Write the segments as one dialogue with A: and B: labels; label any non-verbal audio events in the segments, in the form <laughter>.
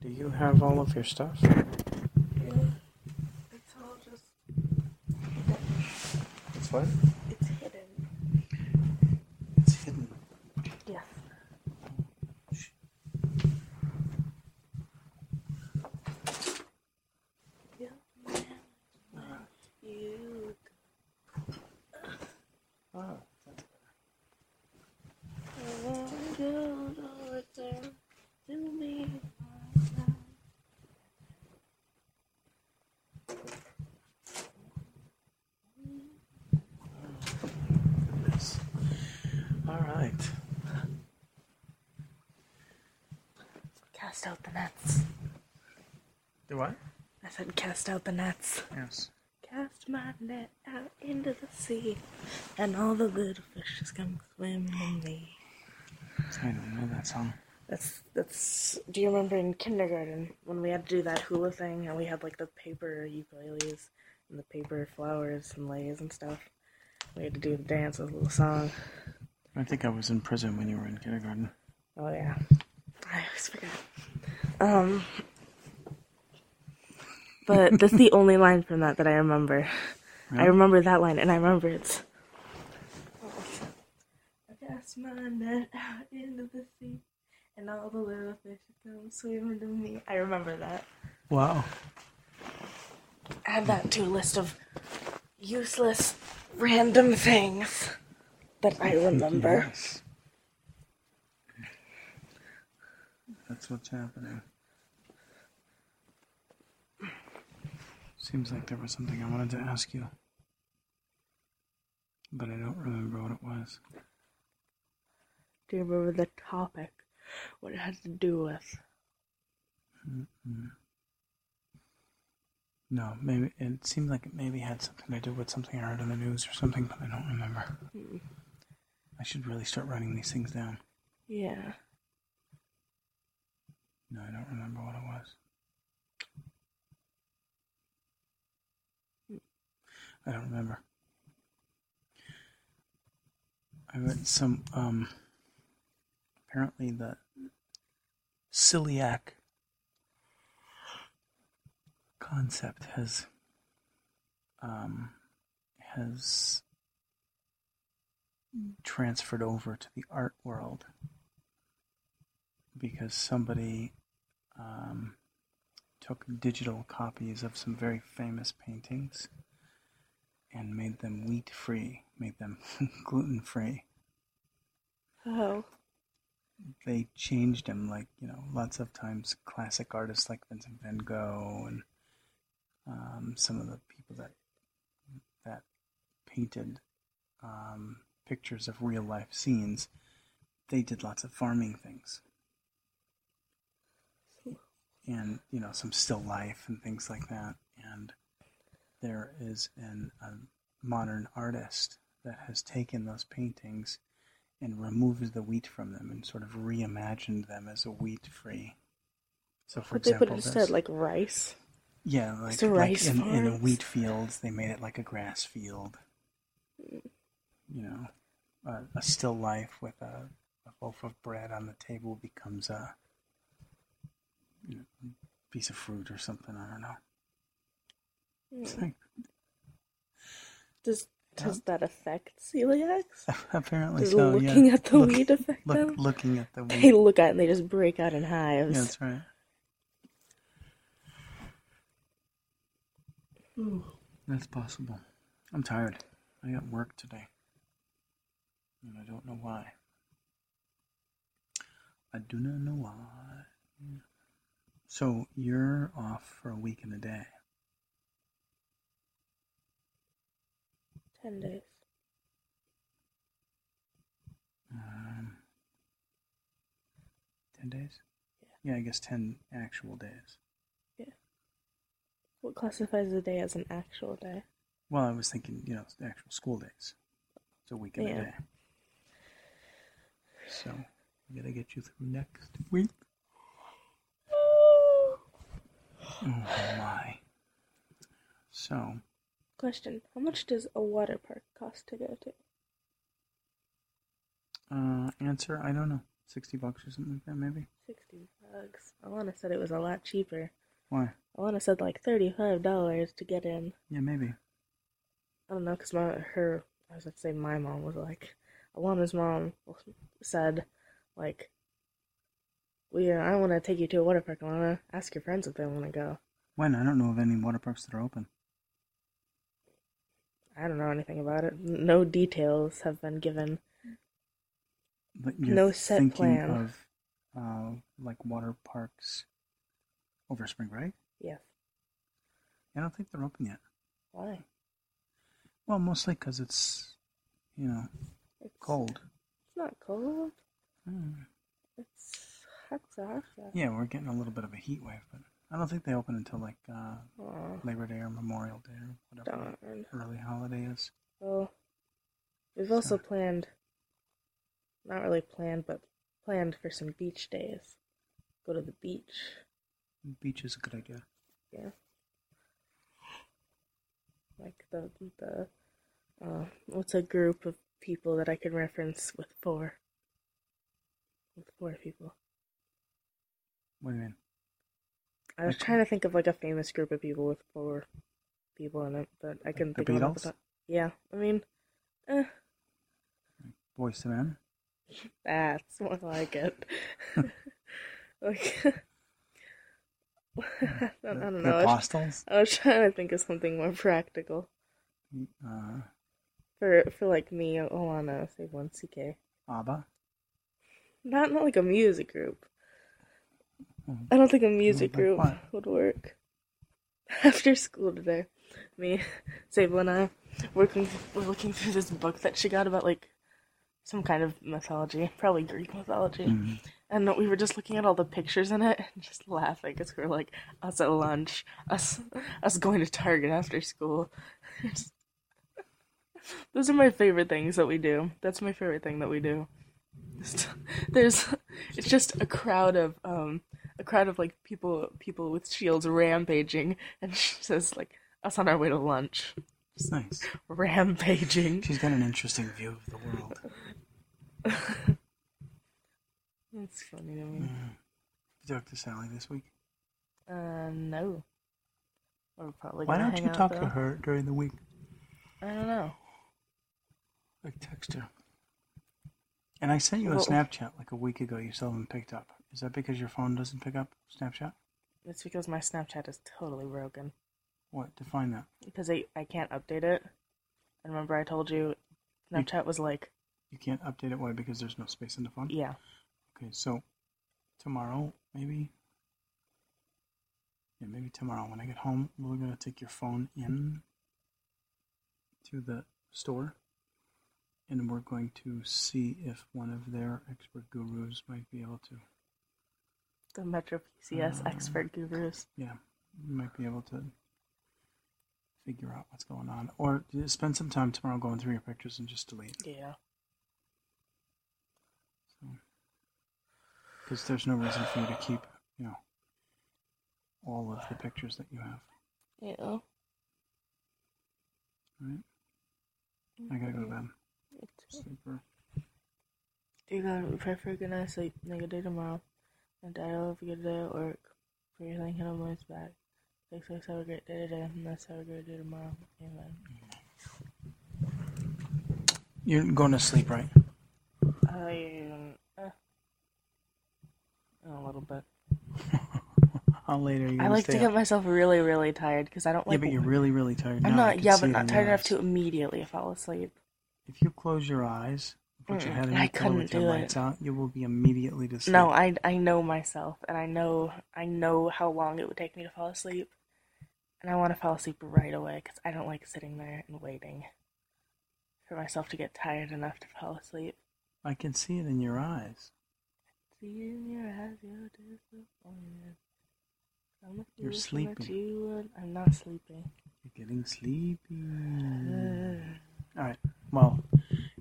A: Do you have all of your stuff?
B: Yeah. It's all just
A: It's what?
B: it's hidden.
A: It's hidden.
B: Yes. Yeah. You
A: Ah,
B: don't know what to do me.
A: nice. All right.
B: Cast out the nets.
A: Do what?
B: I said cast out the nets.
A: Yes.
B: Cast my net out into the sea, and all the good fishes come swim in me.
A: I don't know that song.
B: That's that's. Do you remember in kindergarten when we had to do that hula thing and we had like the paper ukuleles and the paper flowers and leis and stuff? We had to do the dance with a little song.
A: I think I was in prison when you were in kindergarten.
B: Oh yeah, I always forget. Um, but that's the only line from that that I remember. I
A: Yeah.
B: remember that line, and I remember it's. I cast my net out into the sea, and all the little fish come swimming to me. I remember that.
A: Wow.
B: I had that too list of useless, random things that I remember.
A: Yes. That's what's happening. Seems like there was something I wanted to ask you, but I don't remember what it was.
B: Do you remember the topic? What it had to do with?
A: Mm. No, maybe it seemed like it maybe had something to do with something I heard in the news or something, but I don't remember. I should really start writing these things down.
B: Yeah.
A: No, I don't remember what it was. I don't remember. I read some um apparently the celiac concept has um has transferred over to the art world because somebody um, took digital copies of some very famous paintings and made them wheat free, made them <laughs> gluten free.
B: Oh.
A: They changed them, like, you know, lots of times classic artists like Vincent van Gogh and um, some of the people that that painted um, pictures of real life scenes, they did lots of farming things. and you know some still life and things like that. And there is an, a modern artist that has taken those paintings and removed the wheat from them and sort of reimagined them as a wheat-free. So, for
B: What they
A: example,
B: put instead,
A: there's-
B: like rice?
A: yeah, like,
B: the
A: like
B: rice
A: in, in the
B: farms.
A: wheat fields, they made it like a grass field. You know, a, a still life with a, a loaf of bread on the table becomes a you know, piece of fruit or something. I don't know. It's like,
B: Hmm. Does does that affect celiacs?
A: <laughs> apparently,
B: Does
A: so
B: looking
A: yeah.
B: at the
A: Look-
B: wheat affect
A: Look,
B: them?
A: looking
B: <laughs>
A: at the wheat.
B: They look at it and they just break out in
A: Yeah,
B: hives.
A: that's right. That's possible. I'm tired. I got work today. And I don't know why. I do not know why. So you're off for a week and a day.
B: Ten days.
A: Um, 10 days? Yeah. I guess 10 actual days.
B: What classifies a day as an actual day?
A: Well, I was thinking, you know, the actual school days. It's a week and a
B: Yeah.
A: day. So, we gotta get you through next week. Oh my. So,
B: Question: How much does a water park cost to go to?
A: uh, answer I don't know. sixty bucks or something like that, maybe.
B: 60 bucks. Alana said it was a lot cheaper.
A: Why?
B: Alana said like $35 to get in.
A: Yeah, maybe.
B: I don't know, because my, her, I was about to say my mom was like, Alana's mom said, like, we, I want to take you to a water park, Alana. Ask your friends if they want to go.
A: When I don't know of any water parks that are open.
B: I don't know anything about it. N- No details have been given.
A: But you're
B: No set
A: thinking
B: plan.
A: of uh, like water parks over spring break.
B: Yes.
A: I don't think they're open yet.
B: Why?
A: Well, mostly because it's you know
B: It's
A: cold.
B: It's not cold. Hmm.
A: Mm.
B: It's hot to hot. to-
A: Yeah, we're getting a little bit of a heat wave, but I don't think they open until like uh,
B: Aw,
A: Labor Day or Memorial Day or whatever
B: darn.
A: the early holiday is.
B: Well, we've also
A: So-
B: planned, not really planned, but planned for some beach days. Go to the beach.
A: Beach is a good idea.
B: Yeah. Like the the uh, what's a group of people that I can reference with four? With four people.
A: What do you mean?
B: I was
A: Okay.
B: trying to think of like a famous group of people with four people in it, but I couldn't
A: the
B: think of
A: Beatles?
B: it. Yeah, I mean, eh,
A: Boys to men?
B: that's more like
A: <laughs>
B: it. like, <laughs> I don't,
A: The-
B: I don't
A: The
B: know. I was,
A: Apostles?
B: I was trying to think of something more practical
A: Uh,
B: for for like me, Alana, say one CK.
A: Abba?
B: Not not like a music group.
A: Hmm.
B: I don't think a music
A: like
B: group
A: what?
B: would work. <laughs> After school today, me, <laughs> Sable, and I working we're looking through this book that she got about like some kind of mythology, probably Greek mythology,
A: Mhm.
B: and we were just looking at all the pictures in it <laughs> and just laughing because we were like us at lunch, us us going to Target after school. <laughs> Those are my favorite things that we do. That's my favorite thing that we do <laughs> there's it's just a crowd of um a crowd of like people people with shields rampaging and she says like us on our way to lunch
A: It's nice.
B: rampaging
A: She's got an interesting view of the world.
B: that's funny to me
A: You talk to Sally this week?
B: uh no we're probably
A: Why
B: gonna
A: don't
B: hang
A: you
B: out,
A: talk to
B: though.
A: her during the week?
B: i don't know
A: Like text her. And I sent you a
B: Well-
A: Snapchat like a week ago. You still haven't picked up. Is that because your phone doesn't pick up Snapchat?
B: it's because my snapchat is totally broken
A: What? Define that.
B: because i i can't update it and remember i told you snapchat was like
A: You can't update it. Why? Because there's no space in the phone.
B: yeah
A: Okay, so tomorrow maybe. Yeah, maybe tomorrow when I get home, we're gonna take your phone in to the store, and we're going to see if one of their expert gurus might be able to.
B: the metro pcs expert gurus
A: yeah, we might be able to figure out what's going on, or just spend some time tomorrow going through your pictures and just delete
B: yeah
A: because there's no reason for you to keep, you know, all of the pictures that you have.
B: yeah
A: Right? I gotta go to bed.
B: It's-
A: Sleeper.
B: You gotta pray for a good night, sleep, make a day tomorrow, and dad will have a good day at work. For your thinking of always back. Thanks, thanks, have a great day today, and let's have a great day tomorrow. Amen.
A: You're going to sleep, right?
B: I, uh, in a little bit.
A: How late are you? Gonna
B: I like to
A: stay
B: get
A: up?
B: myself really, really tired because I don't
A: Yeah,
B: like.
A: but you're really, really tired.
B: I'm
A: now. I
B: not,
A: can
B: yeah,
A: see
B: but
A: it in
B: not
A: your
B: tired enough
A: eyes.
B: to immediately fall asleep.
A: If you close your eyes, put your
B: Mm-mm,
A: head in
B: I
A: your pillow with
B: couldn't
A: your
B: do
A: lights
B: it.
A: out, you will be immediately to sleep.
B: No, I, I know myself, and I know, I know how long it would take me to fall asleep, and I want to fall asleep right away because I don't like sitting there and waiting for myself to get tired enough to fall asleep.
A: I can see it in your eyes.
B: See you in your eyes, you're disappointed. I'm a
A: You're
B: fool for what
A: sleeping.
B: you would- I'm not sleeping.
A: You're getting sleepy.
B: Ugh.
A: All right. Well,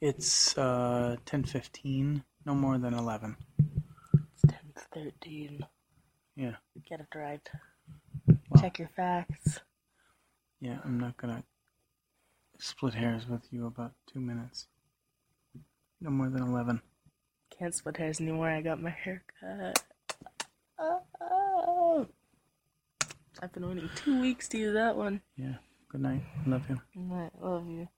A: it's uh, ten fifteen. No more than eleven.
B: It's ten thirteen.
A: Yeah.
B: Get it right.
A: Well,
B: Check your facts.
A: Yeah, I'm not gonna split hairs with you about two minutes. No more than eleven.
B: Okay. Can't split hairs anymore. I got my hair cut. Oh, I've been waiting two weeks to use that one.
A: Yeah. Good night. Love you.
B: I love you.